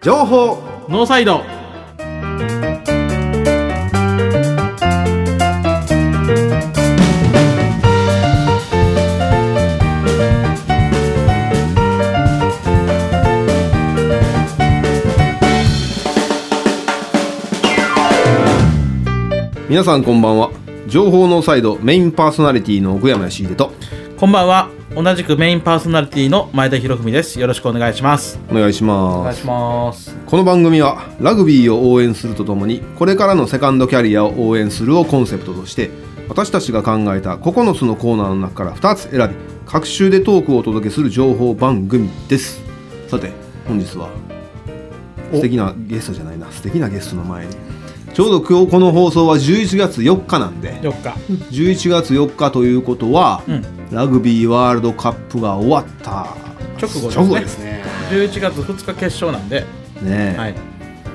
情報ノーサイド皆さんこんばんは情報ノーサイドメインパーソナリティの奥山義秀とこんばんは同じくメインパーソナリティの前田博文ですよろしくお願いしますお願いしますしますこの番組はラグビーを応援するとともにこれからのセカンドキャリアを応援するをコンセプトとして私たちが考えた9つのコーナーの中から2つ選び各週でトークをお届けする情報番組ですさて本日は素敵なゲストじゃないな素敵なゲストの前にちょうど今日この放送は11月4日なんで4日11月4日ということは、うんラグビーワールドカップが終わった直後ですね直後ですね11月2日決勝なんで、ねえはい、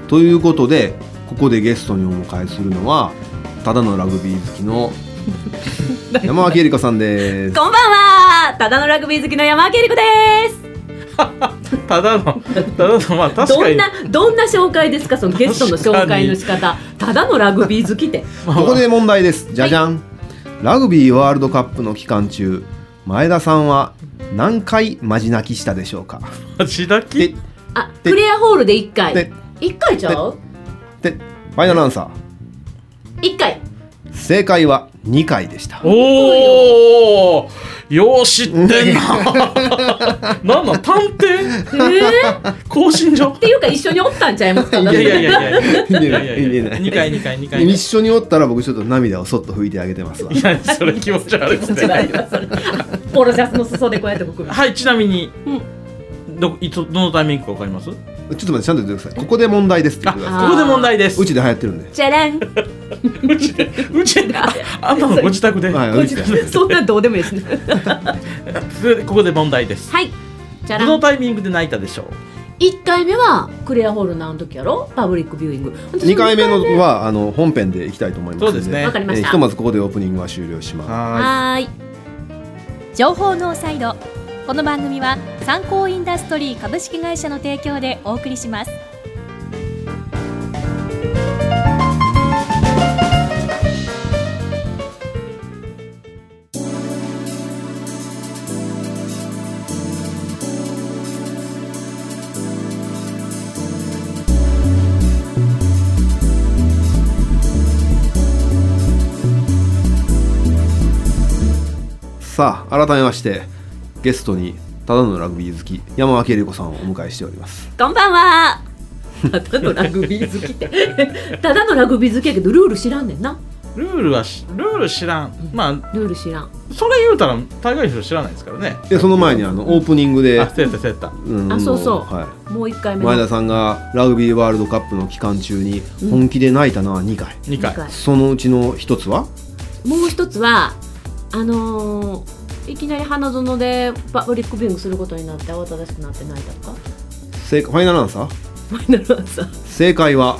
ということでここでゲストにお迎えするのはただのラグビー好き の山脇恵里香さんですこんばんはただのラグビー好きの山明理子ですただのただのまあ確どかにんなどんな紹介ですかそのゲストの紹介の仕方ただのラグビー好きってまあここで問題ですじゃじゃん、ラグビーワールドカップの期間中前田さんは何回マジ泣きしたでしょうか町田できあクレアホールで1で回1回ちゃうでファイナルアンサ1回ー正解は2回でしたおおよう知ってんななんなん探偵えー、っ更新所ていうか一緒におったんちゃいますかいいややいやいやいやいやいやいやいやいやい2や回2回2回一緒におったら僕ちょっと涙をそっと拭いてあげてますわいやそれ気持ち悪いですちょっとねありますそれ ポロシャツの裾でこうやって僕はいちなみに、どいつどのタイミングかわかりますちょっと待ってちゃんと言ってくださいここで問題ですって言ってくださあここで問題ですいうちで流行ってるんでじゃら んうちでうちでああんたのご自宅で、はいこっちそんなんどうでもいいですねそれでここで問題ですはいじゃどらのんタイミングで泣いたでしょう1回目はクレアホールのあの時やろパブリックビューイング2回目のはあの本編でいきたいと思いますそうですねわかりまえーしひたとまずここでオープニングは終了しますははーい情報ノーサイドこの番組は参考インダストリー株式会社の提供でお送りしますさあ改めましてゲストにただのラグビー好き山脇恵理子さんをお迎えしておりますこんばんは。ただのラグビー好きって。ただのラグビー好きやけど、ルール知らんねんな。いルールはしルール知らんまあルール知らん。それ言うたら大概の人知らないですからねでその前にあのオープニングであそうやったそうやったんあそうそうはもう一回い、目の。前田さんがラグビーワールドカップの期間中に本気で泣いたのは2回、 2回二回そのうちの一つはもう一つは、あのーいきなり花園でパブリックビューイングすることになって慌ただしくなって泣いたとか。正ファイナルアンサーファイナルアンサー。正解は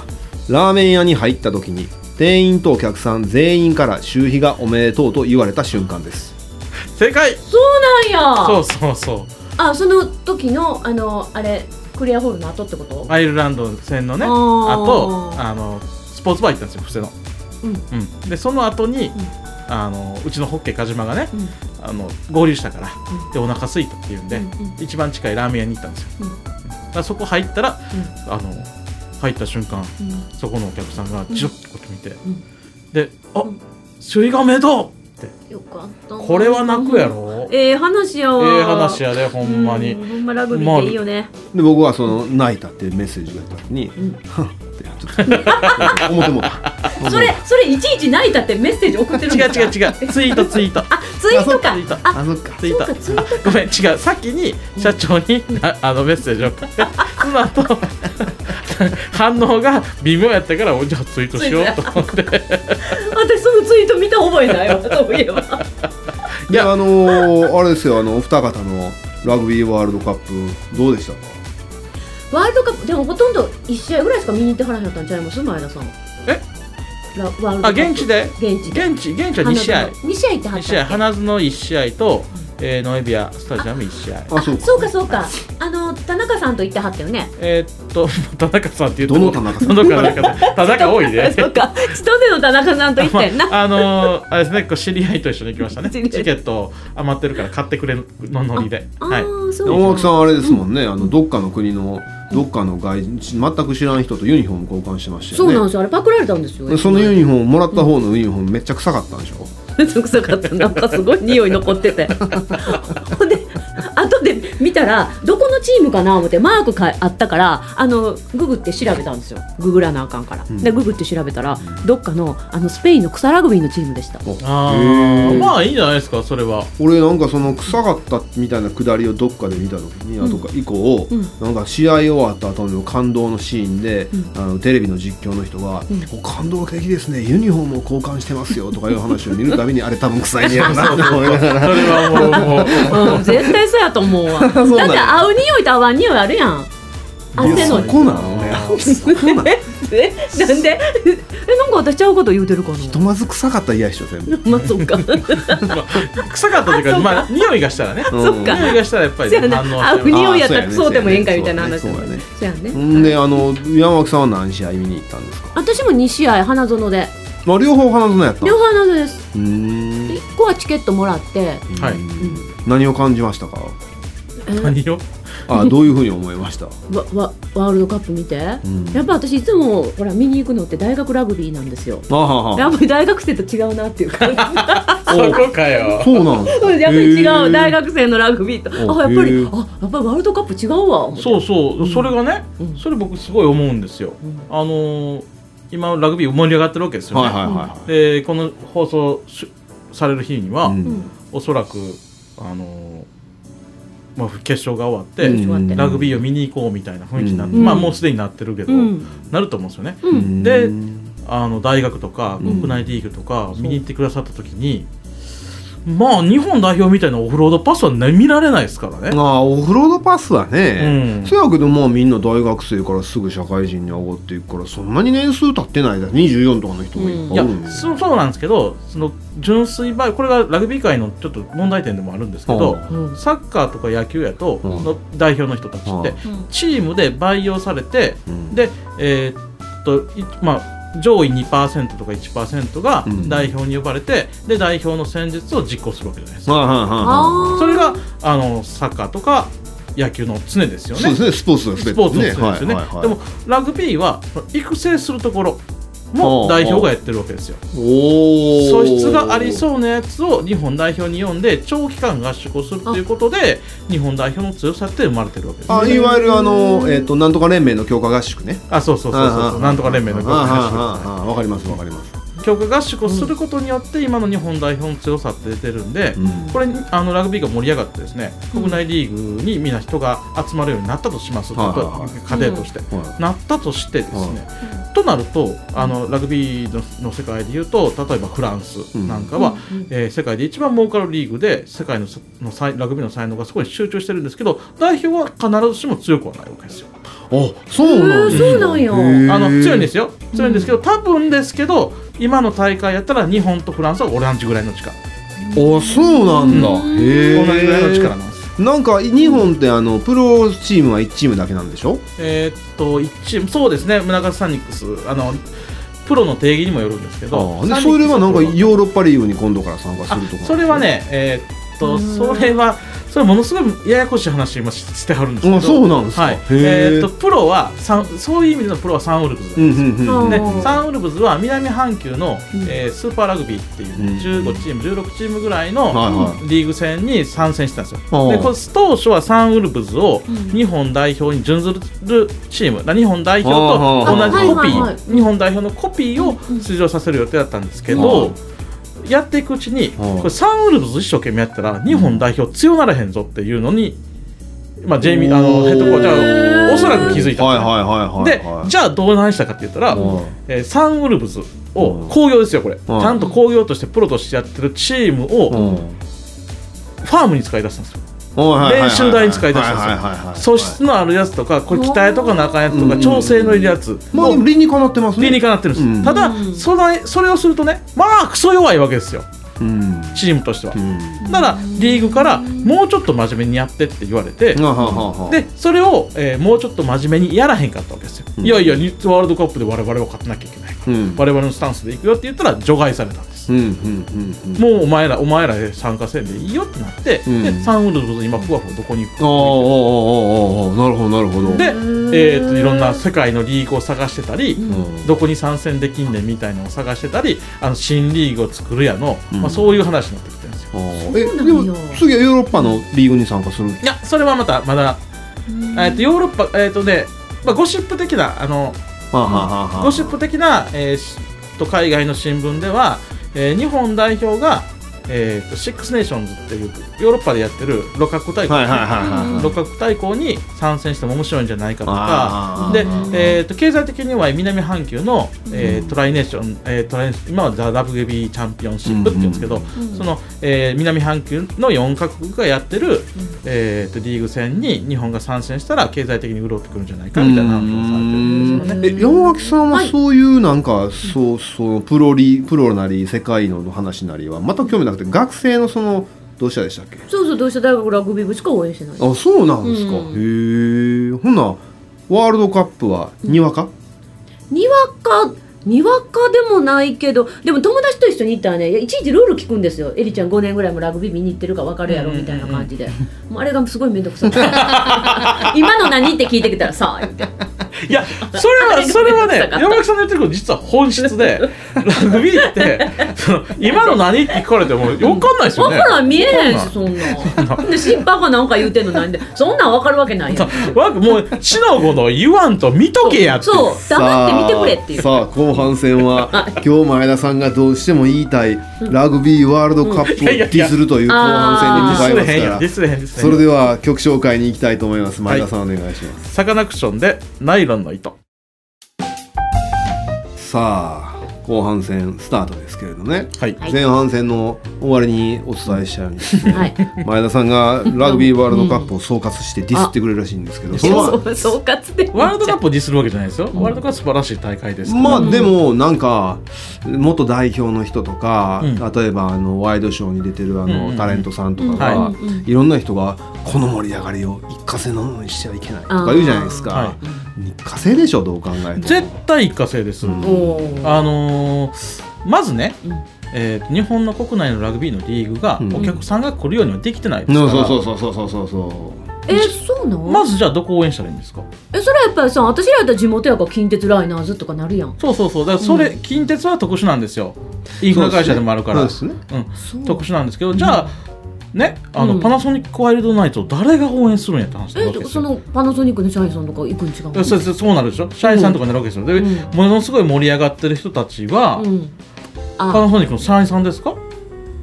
ラーメン屋に入った時に店員とお客さん全員から周費がおめでとうと言われた瞬間です正解そうなんや。そうそうそあ、その時の、あのーあれ、クリアホールの後ってことう。アイルランド戦のねああーとあのスポーツバー行ったんですよ伏せの、うんうん、でその後に、んあのうちのホッケ鹿島がねうん。あの合流したから、うでお腹空いたっていうんで、うんうん一番近いラーメン屋に行ったんですよ、うんだからそこ入ったら、あの入った瞬間うんそこのお客さんがじろっとこうやって見て、んで「あん周囲がおめでとう!」ってよかった。これは泣くや。ろ、えええ話やえわ。話やでほんまに、うほんまラグビーっていいよね。で僕はその泣いたっていうメッセージが来た時にん「はっ」ってちょっと思って もうたそれそれいちいち泣いたってメッセージ送ってる違んでうすか違う違うツイートツイートあツイートかツイートあそっかツイートそうかツイートあごめん違う先に社長に、ああのメッセージを送ってその後反応が微妙やったからおじゃあツイートしようと思って私そのツイート見た覚えないわそういえばいやあのーあれですよあのお二方のラグビーワールドカップどうでしたかワールドカップでもほとんど1試合ぐらいしか見に行ってはらへんかったんちゃいます前田さんえラワールドカップあ現地で現地で現地現地は2試合2試合ってはった一試合花園1試合とえーノエビアスタジアム1試合あそうかそうかそうかあの田中さんと言ってはったよねえーっと田中さんっていうとどの田中さんどの田中さん田中多いね そうか千歳の田中さんと言ってんな、あのーあれですねこう知り合いと一緒に行きましたね知チり合いケット余ってるから買ってくれるのノリであはいーそうか大脇さんあれですもんね、あのどっかの国のどっかの外人全く知らん人とユニフォーム交換してましたよそうねなんですよあれパクられたんですよそのユニフォームもらった方のユニフォームめっちゃ臭かったんでしょ臭かったなんかすごい匂い 残っててほんで後で見たらどこのチームかな思ってマークかあったからあのググって調べたんですよググらなあかんから、んでググって調べたらどっかのあのスペインの草ラグビーのチームでしたあへーーまあいいんじゃないですかそれは俺なんかその臭かったみたいなくだりをどっかで見た時にあとか以降、うんなんか試合終わった後の感動のシーンで、うあのテレビの実況の人がうん「お感動的ですねユニフォームを交換してますよ」とかいう話を見るたびにあれ多分臭いねやろ なと思いながそれらはもうもううん、絶対そうやと思うわだって そうなんや合う匂いと合わん匂いあるやんいや汗のそこなのねそこなの えなんでえなんか私ちゃうこと言うてるかなひとまず臭かったら嫌でしょ全部。 まあそうかそまあ臭かったというかあそうかまあ匂いがしたらねうんそっか匂いがしたらやっぱりやねな反応合しうて匂いやっあたーらそそやねううでもええんかみたいな話そうやねそうやねほんであの山脇さんは何試合見に行ったんですか。私も2試合花園でまあ両方花園やった。両方花園ですうーん。 1個はチケットもらって、はいうん何を感じましたか。えー何をあどういうふうに思いました。わわワールドカップ見て、やうんっぱ私いつもほら見に行くのって大学ラグビーなんですよあははやっぱり大学生と違うなっていう感じそこかよそうなんですそうか。やっぱり違へうー大。学生のラグビーとおあやっぱへりーあやっぱりワールドカップ違うわ思ってそうそうそれがねうんそれ僕すごい思うんですようんあのー今ラグビー盛り上がってるわけですよはいねはいはいでこの放送しされる日には。はいうんおそらくあのーまあ決勝が終わうってんラグビーを見に行こうみたいな雰囲気になってうんまあもうすでになってるけどうんなると思うんですよねうんうんでうんあの大学とかうん国内リーグとか見に行ってくださった時に、まあ日本代表みたいなオフロードパスは、ね、見られないですからね。まあオフロードパスはねう。んそうやけどまあみんな大学生からすぐ社会人に上がっていくからそんなに年数経ってないだ。二十四とかの人もいっいぱいやおるんです。そうそうなんですけどその純粋バイこれがラグビー界のちょっと問題点でもあるんですけど、はうんサッカーとか野球やと、うんその代表の人たちって、うんチームで培養されてうんで、えーっといまあ、上位2%とか1%がうん代表に呼ばれて、で代表の戦術を実行するわけじゃないですか。はいはいはいはあーそれがあのサッカーとか野球の常ですい。よそうね。ですね。スポーツが全てスポーツの常ですよね。はいはいはいでもラグビーは育成するところも代表がやってるわけですよ。おお素質がありそうなやつを日本代表に呼んで長期間合宿をするということで日本代表の強さって生まれてるわけです、あね。いわゆるあの、えっとなんとか連盟の強化合宿ねあそうそうそうそうそうなんとか連盟の強強化化合合宿わかりますわかります、宿強化合宿をすることによって今の日本代表の強さって出てるんで、うんこれあのラグビーが盛り上がってですねうん国内リーグにみんな人が集まるようになったとします、はいはいはい過程として、はなったとしてですね、となるとあのラグビーのの世界でいうと例えばフランスなんかは、うんうんえー世界で一番儲かるリーグで世界のさの才ラグビーの才能がすごい集中してるんですけど代表は必ずしも強くはないわけですよ。い、あそうなんでえーすそうなんやへーあの強いんですよ強いんですけど、多分ですけど今の大会やったら日本とフランスは同じぐらいの力、あそうなんだ、うんへ同じぐらいのえ力なんです。なんか日本ってあのプロチームは1チームだけなんでしょえーっと一そうですね宗像サニックスあのプロの定義にもよるんですけどあでサニックスそれはなんかプロのヨーロッパリーグに今度から参加すあるとかそれはねえーっとうんそれはそれはものすごいややこしい話を今ししてはるんですけどあそうなんですかはいへーえーっとプロはサンそういう意味でのプロはサンウルブズうなんんですよ、うんうんうんねでサンウルブズは南半球の、うんえースーパーラグビーっていう、うんね、15チーム16チームぐらいの、はいはいリーグ戦に参戦したんですよ。ああでこれ当初はサンウルブズをうん日本代表に準ずるチーム、だ日本代表あとあ同じコピああはいはいはー日本代表のコピーを出場させる予定だったんですけど、やっていくうちにああこれサンウルブズ一生懸命やったら日本代表強ならへんぞっていうのに、まあ、ジェイミーあのヘッドコーチはおそらく気づいたんはでいはすね。いはいではいじゃあどう何したかって言ったら、うんえーサンウルブズを工業ですよこれ、ちゃんと工業としてプロとしてやってるチームを、うんファームに使い出したんですよはいはいはいはい練習台に使い出したんですよはいはいはいはい素質のあるやつとかこれ鍛えとかなあかんやつとうかん調整のいるやつまあでもも理にかなってますね理にかなってるんです、うんただうんそれそれをするとねまあクソ弱いわけですようんチームとしてはう。んならリーグからもうちょっと真面目にやってって言われてあはははでそれを、えーもうちょっと真面目にやらへんかったわけですよ、うんいやいやニッツワールドカップで我々は勝たなきゃいけないから、うん我々のスタンスでいくよって言ったら除外されたんです、うんうんうんうんもうお前らお前らで参加せんでいいよってなって、うんでサンウルブズ今ふわふわどこに行くあーあーあーあーあーなるほどなるほどで、うんえー、といろんな世界のリーグを探してたり、うんどこに参戦できんねんみたいなのを探してたりあの新リーグを作るやの、うんまあ、そういう話になってきてるんですよあーそうなえんでよも次はヨーロッパのリーグに参加するいやそれはまたまだ、えー、とヨーロッパえっ、とね、まあ、ゴシップ的なあのはあはあはあはあゴシップ的な、えーしと海外の新聞では、えー日本代表が、えーとシックスネーションズっていうヨーロッパでやってる六角大会、はいはいはいはいはい六角大会に参戦しても面白いんじゃないかとあかーで、えー、と経済的には南半球の、えートライネーション、えートライ今はザ・ラブゲビーチャンピオンシップって言うんですけど、うんその、えー南半球の4カ国がやってる、えーとリーグ戦に日本が参戦したら経済的に潤ってくるんじゃないかみたいな話をされてるんですよね。うんえ山脇さんはそういうなんか、そうそうプロリプロなり世界の話なりはまた興味なくて学生のそのどうしたでしたっけそうそうどうして大学ラグビー部しか応援してないあそうなんですか、うんへえほんならワールドカップはにわか、にわかにわかでもないけどでも友達と一緒に行ったらねいやいちいちルール聞くんですよエリちゃん5年ぐらいもラグビー見に行ってるから分かるやろみたいな感じで、もうあれがすごい面倒くさ い今の何って聞いてきたらさあ言っていや、それは、それはね、山脇さんの言ってること、実は本質で、ラグビーって、その、今の何って聞かれても、わかんないですよ分ね。からん見えへんしそんなんで審判が何か言うてんのなんでそんなん分かるわけないやんわもう、死のことを言わんと見とけやって。そう黙って見てくれっていうさあ後半戦 は今日前田さんがどうしても言いたいラグビーワールドカップをいやいデやいやィスるという後デ半ィ戦スに向れかへんいやん、まディすかスれへん、ディらスれへん。それでは曲紹介に行きたいと思います前田さんお願いします、サカナクションで、ナイロンの糸。さあ後半戦スタートですけれどねはい。はい前半戦の終わりにお伝えしたようにですねはい前田さんがラグビーワールドカップを総括してディスってくれるらしいんですけど、それそはう総括でワールドカップをディスるわけじゃないですよ。ワールドカップは素晴らしい大会ですから。まあでもなんか元代表の人とか、うん例えばあのワイドショーに出てるあうのんタレントさんとかが、うんはいいろんな人が「この盛り上がりを一過性のものにしてはいけない」とか言うじゃないですか、は一過性でしょどう考えて絶も。対一過性です。うんおーあのーまずね、うんえーと日本の国内のラグビーのリーグが、うんお客さんが来るようにはできてないですかそら、うそうそうそうそうそうそえそうなのまずじゃあどこ応援したらいいんですかえそれはやっぱりさ私らやったら地元やから近鉄ライナーズとかなるやんそうそうそうだからそれ、近鉄は特殊なんですよイうンフラ会社でもあるからそううですねん、そう特殊なんですけどじゃあ、ねあの、うんパナソニックワイルドナイツを誰が応援するんやって話になるえわけですそよのパナソニックの社員さんとか行くん違うのだからそうそうそうなるでしょシャイさんとかになるわけですよ、でうんものすごい盛り上がってる人たちは、うん、パあナソニックの社員さんですか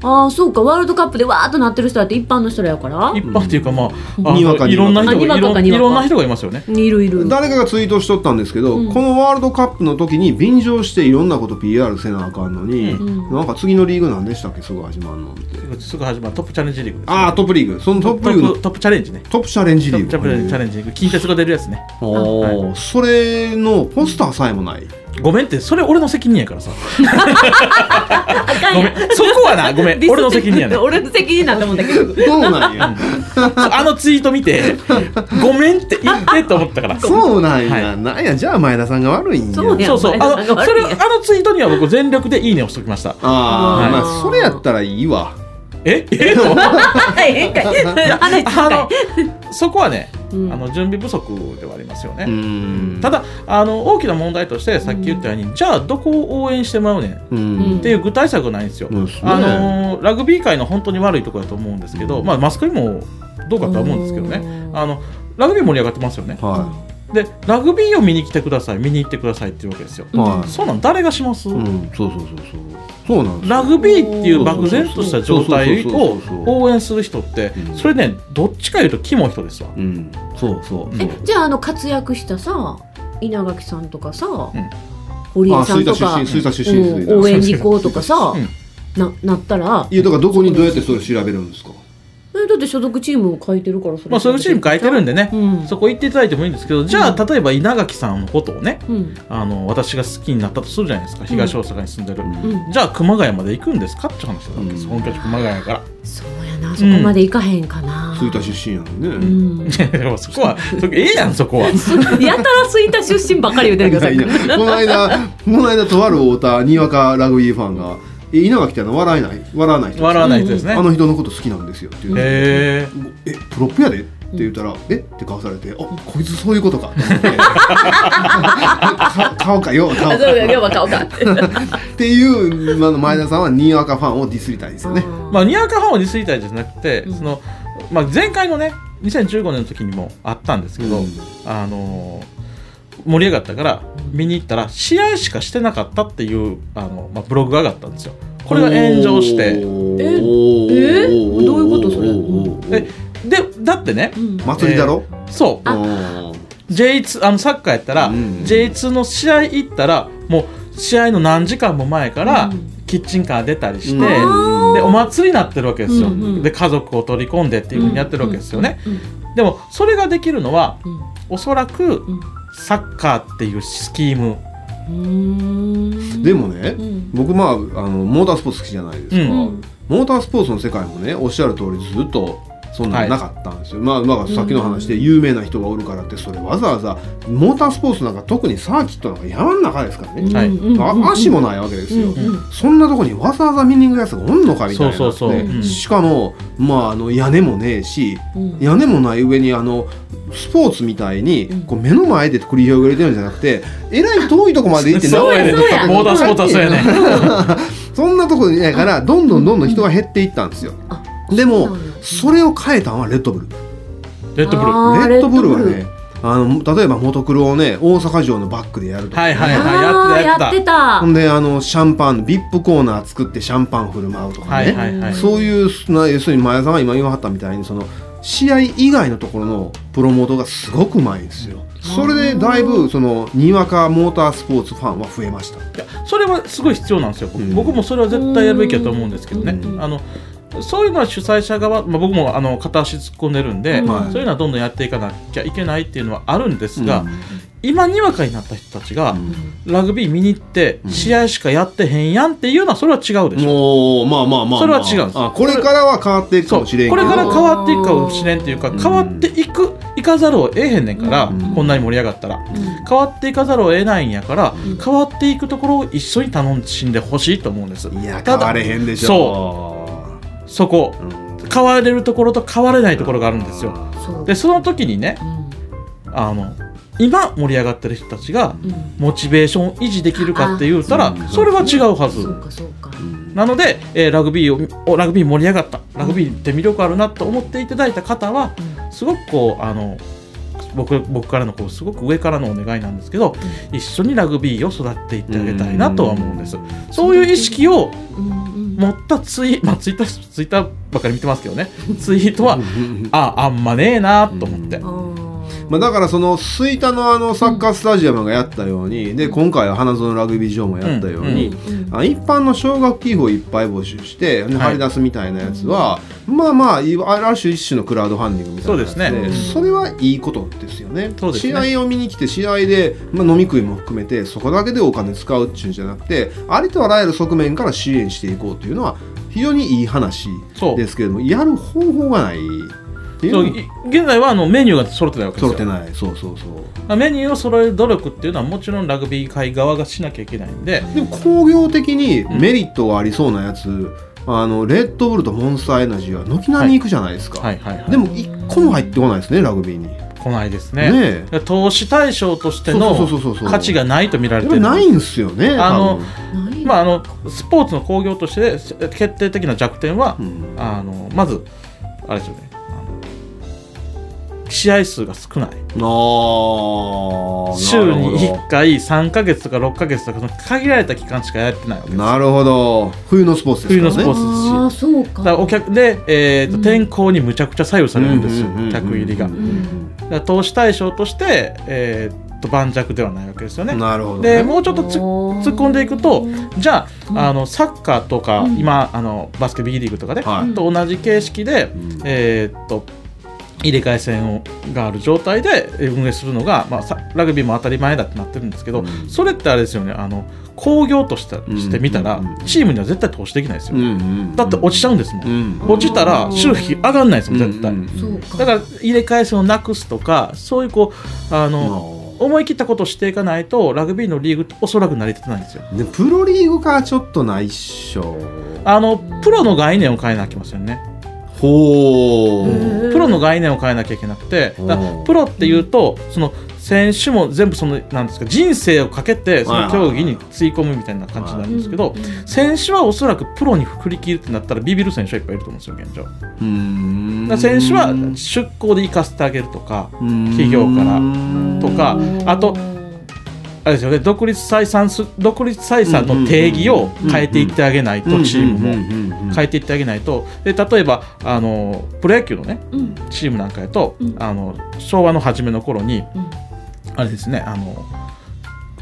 あーそうかワールドカップでわーっとなってる人だって一般の人らやから一般っていうかまあ,、んあのにわかにわかいろんな人がいあにわかろんにわいかろんな人がいますよねいるいる誰かがツイートしとったんですけど、うんこのワールドカップの時に便乗していろんなこと PR せなあかんのに、うんなんか次のリーグなんでしたっけすぐ始まるのってすぐ始まるトップチャレンジリーグです、ああトップリーグそのトップリーグのトップトップチャレンジねトップチャレンジトリッープグチャレンジリーグ近鉄が出るやつねおーはそれのポスターさえも ないごめんってそれ俺の責任やからさあかんごめやんそこはなごめんディスって俺の責任やね俺の責任なんだもんだけそうど なんやあのツイート見てごめんって言ってと思ったからそうそうなんや、はなんやじゃあ前田さんが悪いんやそうやそうそうあのいやそれあのツイートには僕全力でいいねをしときましたああ、はいまあそれやったらいいわえ えとええ んかい話つあかいのそこはね、うんあの準備不足ではありますよね、うーんただあの大きな問題としてさっき言ったように、じゃあどこを応援してもらうねんうっんていう具体策がないんですよ、うんそうねあのーラグビー界の本当に悪いところだと思うんですけど、まあ、マスコミもどうかとは思うんですけどねうんあのラグビー盛り上がってますよねはでラグビーを見に来てください見に行ってくださいっていうわけですよ、いはいそんなん誰がします、うんそうそうそうそうそうなんですよラグビーっていう漠然とした状態を応援する人ってうんそれねどっちかいうとキモい人ですわうんそうそうそうえじゃああの活躍したさ稲垣さんとかさ、ん堀あ江さん吹田と出か身吹田出身う吹ん田応援に行こうとかさ うんななったらいやだからどこにどうやってそれ調べるんですかえだって所属チームを書いてるからそれまあ、そういうチーム変えてるんでね、うんそこ行っていただいてもいいんですけどじゃあ例えば稲垣さんのことをねうんあの私が好きになったとするじゃないですか東大阪に住んでる、うんうんじゃあ熊谷まで行くんですかって話なんです、うん本拠地熊谷やかそうやなそこまでいかへんかな、吹田出身やもうんね、ん、らで もそこはそこええやんそこはやたら吹田出身ばっかり言うてるけどさいやいやこの間この間とある太田にわかラグビーファンが「え稲垣ってあの笑えない笑わない人です笑わない人ですね、あの人のこと好きなんですよ」って言うてへええプロップやで?」って言ったら「えっ?」て顔されて「あこいつそういうことか」って思って か顔かよ顔あかそうや要は顔かってっていうまあの前田さんはにわかファンをディスりたいですよね。まあにわかファンをディスりたいじゃなくて、うんそのまあ、前回のね2015年の時にもあったんですけど、うんあのー盛り上がったから見に行ったら試合しかしてなかったっていうあの、まあ、ブログが上がったんですよこれが炎上しておーえおえーどういうことそれおーおーおーえでだってねうん祭りだろ、そうあ J2 あのサッカーやったら、うん J2 の試合行ったらもう試合の何時間も前からうんキッチンカー出たりして、うんあーでお祭りになってるわけですよ、うんうんで家族を取り込んでっていうふうにやってるわけですよね、うんうんでもそれができるのはうんおそらくうんサッカーっていうスキームうんうーんでもね、うん僕まああのモータースポーツ好きじゃないですか、うんモータースポーツの世界もねおっしゃる通りずっとそんなのなかったんですよ、まあ、まあさっきの話で有名な人がおるからってそれわざわざモータースポーツなんか特にサーキットなんか山の中ですからね、はいうんうんうんあ足もないわけですよ、うんうんそんなとこにわざわざ見に行くやつがおんのかみたいなそうそうそうねうんしかも、まあ、あの屋根もねえしうん屋根もない上にあのスポーツみたいにうんこう目の前で繰り広げられてるんじゃなくてえらい遠いとこまで行ってそうやね名古屋にモータースポーツはそうやねそんなとこやからどんどんどんどん人が減っていったんですよあ。でそうもなんだそれを変えたのはレッドブル。レレッドブルあーッドブルはレッドブねあの例えばモトクロをね大阪城のバックでやるとか、はいはいあはーいやってたやっやっててたほんであのシャンパンビップコーナー作ってシャンパン振る舞うとかね、はいはいはいそういうな要するに前田さんが今言わはったみたいにその試合以外のところのプロモートがすごくうまいんですよ。それでだいぶそのにわかモータースポーツファンは増えました。たそれはすごい必要なんですよ僕,、うん僕もそれは絶対やるべきだと思うんですけどね、うんあのそういうのは主催者側、まあ、僕もあの片足突っ込んでるんで、うんはいそういうのはどんどんやっていかなきゃいけないっていうのはあるんですが、うん今にわかになった人たちが、うんラグビー見に行ってうん試合しかやってへんやんっていうのはそれは違うでしょ、おーまあまあまあ、まあ、それは違うんですあこれからは変わっていくかそうもしれんけこどれから変わっていくかもしれんっていうかうん変わっていくいかざるを得へんねんから、うんこんなに盛り上がったらうん変わっていかざるを得ないんやから、うん変わっていくところを一緒に楽しんでほしいと思うんですいやた変だわれへんでしょそそこう、うん変われるところと変われないところがあるんですよそうでその時にねうんあの今盛り上がってる人たちがうんモチベーションを維持できるかって言ったあらーそれは違うはずそうかそうかうんなので、えーラグビーをおラグビー盛り上がったラグビーって魅力あるなと思っていただいた方はうんすごくこうあの僕僕からのこうすごく上からのお願いなんですけど、一緒にラグビーを育っていってあげたいなとは思うんです、そういう意識をうんうん持ったツイ,、まあ、ツイッターツイッターばっかり見てますけどねツイートはうんああんまねえなと思って、うあーまあ、だからその吹田のあのサッカースタジアムがやったようにで今回は花園ラグビー場もやったように、うんあ一般の奨学寄付をいっぱい募集して、ではい張り出すみたいなやつは、まあまあいわある種一種のクラウドファンディングみたいなやつそうですねそれはいいことですよねそうですね試合を見に来て試合で、まあ、飲み食いも含めてそこだけでお金使うっていうんじゃなくてありとあらゆる側面から支援していこうというのは非常にいい話そうですけれどもやる方法がないっていうそのうがい現在はあのメニューが揃ってないわけです揃よってないそうそうそう。メニューを揃える努力っていうのはもちろんラグビー界側がしなきゃいけないんで、でも工業的にメリットがありそうなやつ、あのレッドブルとモンスターエナジーは軒並み行くじゃないですか、はいはいはい、でも一個も入ってこないですねラグビーにね来ないですねえ投資対象としてそうのそうそうそうそう価値がないと見られやってぱるないんですよねあの多分ないまあ、あのスポーツの興行として決定的な弱点は、うんあのまずあれですよねあの試合数が少ないあー週に1回3か月とか6か月とかその限られた期間しかやってないわけですなるほど冬のスポーツですからね冬のスポーツあーそうかだからお客で、えーとうん天候にむちゃくちゃ左右されるんですよ、うんうんうんうん客入りがうだんから投資対象として、えーと盤石ではないわけですよね。なるほど、でね、もうちょっとつ突っ込んでいくとじゃああのサッカーとか、うん今あのバスケ B リーグとかで、はいと同じ形式で、うんえーっと入れ替え戦をがある状態でえー運営するのが、まあ、さラグビーも当たり前だってなってるんですけど、うんそれってあれですよねあの興行としたしてみたら、うんチームには絶対通していけないですよ、うんうんだって落ちちゃうんですもん、うん落ちたら収費上がんないですもん絶対、うんうんうんそうだかから入れ替え戦をなくすとかそういうこうあの、思い切ったことをしていかないとラグビーのリーグっておそらく成り立たないんですよね、プロリーグかちょっとないっしょあのプロの概念を変えなきゃいけませんねほう、うんプロの概念を変えなきゃいけなくてだからうんプロっていうとその選手も全部そのなんですか人生をかけてその競技につい込むみたいな感じになるんですけど選手はおそらくプロに振り切るってなったらビビる選手はいっぱいいると思うんですよ現状だかうーんら選手は出向で行かせてあげるとか企企業からととかあとあれですよね独立採算す独立採算の定義を変えていってあげないとチームもも変えていってあげないとで例えばあのプロ野球のねうんチームなんかやと、うんあの昭和の初めの頃にうんあれですねあの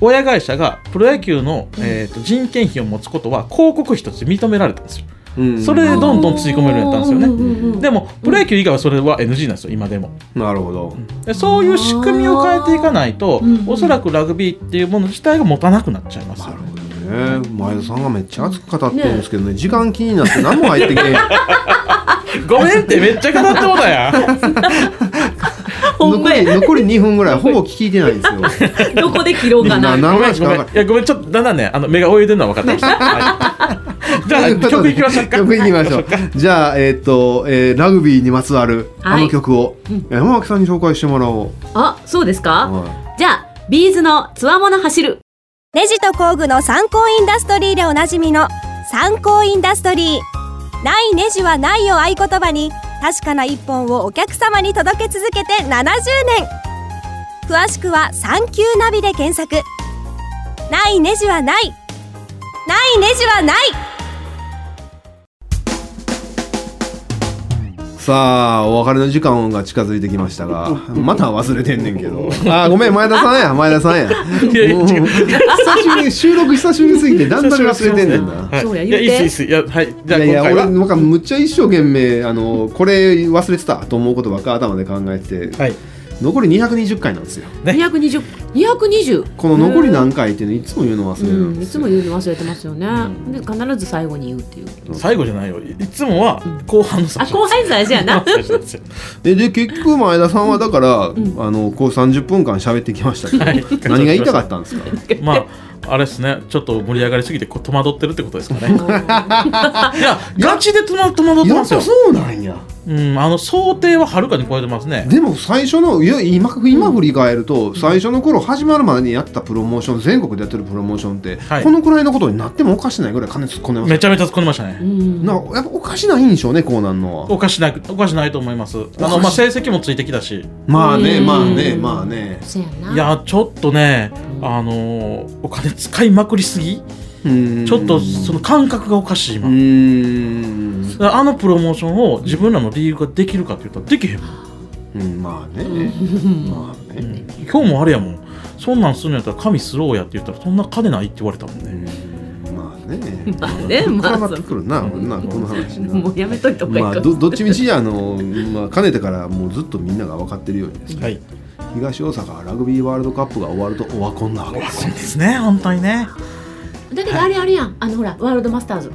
親会社がプロ野球の、うんえー、と人件費を持つことは広告費として認められたんですようんそれでどんどんつぎ込めるようになったんですよねうううんうんでもプロ野球以外はそれは NG なんですよ今でもなるほどでそういう仕組みを変えていかないとうんおそらくラグビーっていうもの自体が持たなくなっちゃいますなよるねほどね前田さんがめっちゃ熱く語ってるんですけどね時間気になって何も入ってけ えへんごめんってめっちゃ語ってもだやんほん残まりや残り2分ぐらいほぼ聞いてないん ですよどこで切ろうかなな何ごめ回んしごかめ分んかいやごめんちょっとだんだんねあの目が泳いでるのは分かってました、 はいじゃあ曲いきましょうか曲いきましょうじゃあえっとえーラグビーにまつわるあはのい曲をうん山脇さんに紹介してもらおうあそうですかはいじゃあビーズのつわもの走るネジと工具の参考インダストリーでおなじみの参考インダストリーないネジはないを合言葉に確かな一本をお客様に届け続けて70年詳しくは「サンキューナビ」で検索ないネジはないないネジはないさあお別れの時間が近づいてきましたがまた忘れてんねんけどあーごめん前田さんや前田さんや いやいやもう違う久しぶり収録久しぶりすぎてだんだん忘れてんねんなはいそうやい言うていっすいいっすいやはいいじゃあやい今や回俺はなんかむっちゃ一生懸命あのこれ忘れてたと思うことばっか頭で考えててはい残り220回なんですよね220 220この残り何回っていうのいつも言うの忘れるんうんでいすつよも言うの忘れてますよねうんで必ず最後に言うっていう最後じゃないよいいつもは後半の最あ初後輩最初や な最初なんですよでで結局前田さんはだから、んあのこう30分間喋ってきましたけど、はい何が言いたかったんですかまああれですねちょっと盛り上がりすぎてこう戸惑ってるってことですか ねいやガチで戸惑戸惑ってやまっすよぱそうなんやうんあの想定ははるかに超えてますねでも最初のいや今今振り返ると、最初の頃始まるまでにやったプロモーション全国でやってるプロモーションって、はいこのくらいのことになってもおかしないぐらい金突っ込んでますめちゃめちゃ突っ込んでましたうねんなやっぱおかしないんでしょうねコーナーのはおかしなくおかしないと思いますあの、まあ、成績もついてきたしまあねうんまあねまあねそうやないやちょっとねあのーお金使いまくりすぎうんちょっとその感覚がおかしい今うーんあのプロモーションを自分らの理由ができるかって言ったらできへんもん、うんまあね、まあね、今日もあれやもんそんなんするんやったら神スローやって言ったらそんな金ないって言われたもんうね、んまあねまあねまあ絡まってくるな、そうこんなこの話なもうやめといた方がいいまあかどどっちみちあの、まあ、かねてからもうずっとみんなが分かってるようにですね、はい東大阪ラグビーワールドカップが終わるとオワコンなわけですそうですね本当にねだけどあれあれやんあのほらワールドマスターズ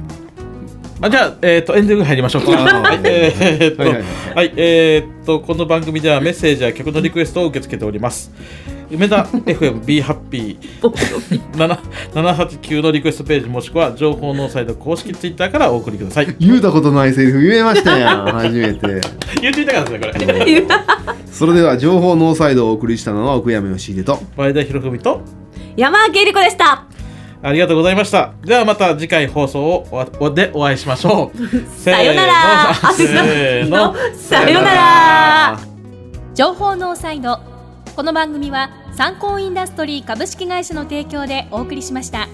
あじゃあ、えー、とエンディング入りましょうかあー はいえーっとはいはいはいはいえーっとこの番組ではメッセージや曲のリクエストを受け付けております梅田 FMB ハッ ピー789のリクエストページもしくは情報ノーサイド公式ツイッターからお送りください言うたことないセリフ言えましたやん初めて言っていたからですねこ れそれでは情報ノーサイドをお送りしたのは奥山義秀と前田博文と山明恵理子でした ありがとうございました。ではまた次回放送をおおでお会いしましょう。 さよならせーの。 さよなら情報ノーサイドこの番組は参考インダストリー株式会社の提供でお送りしました。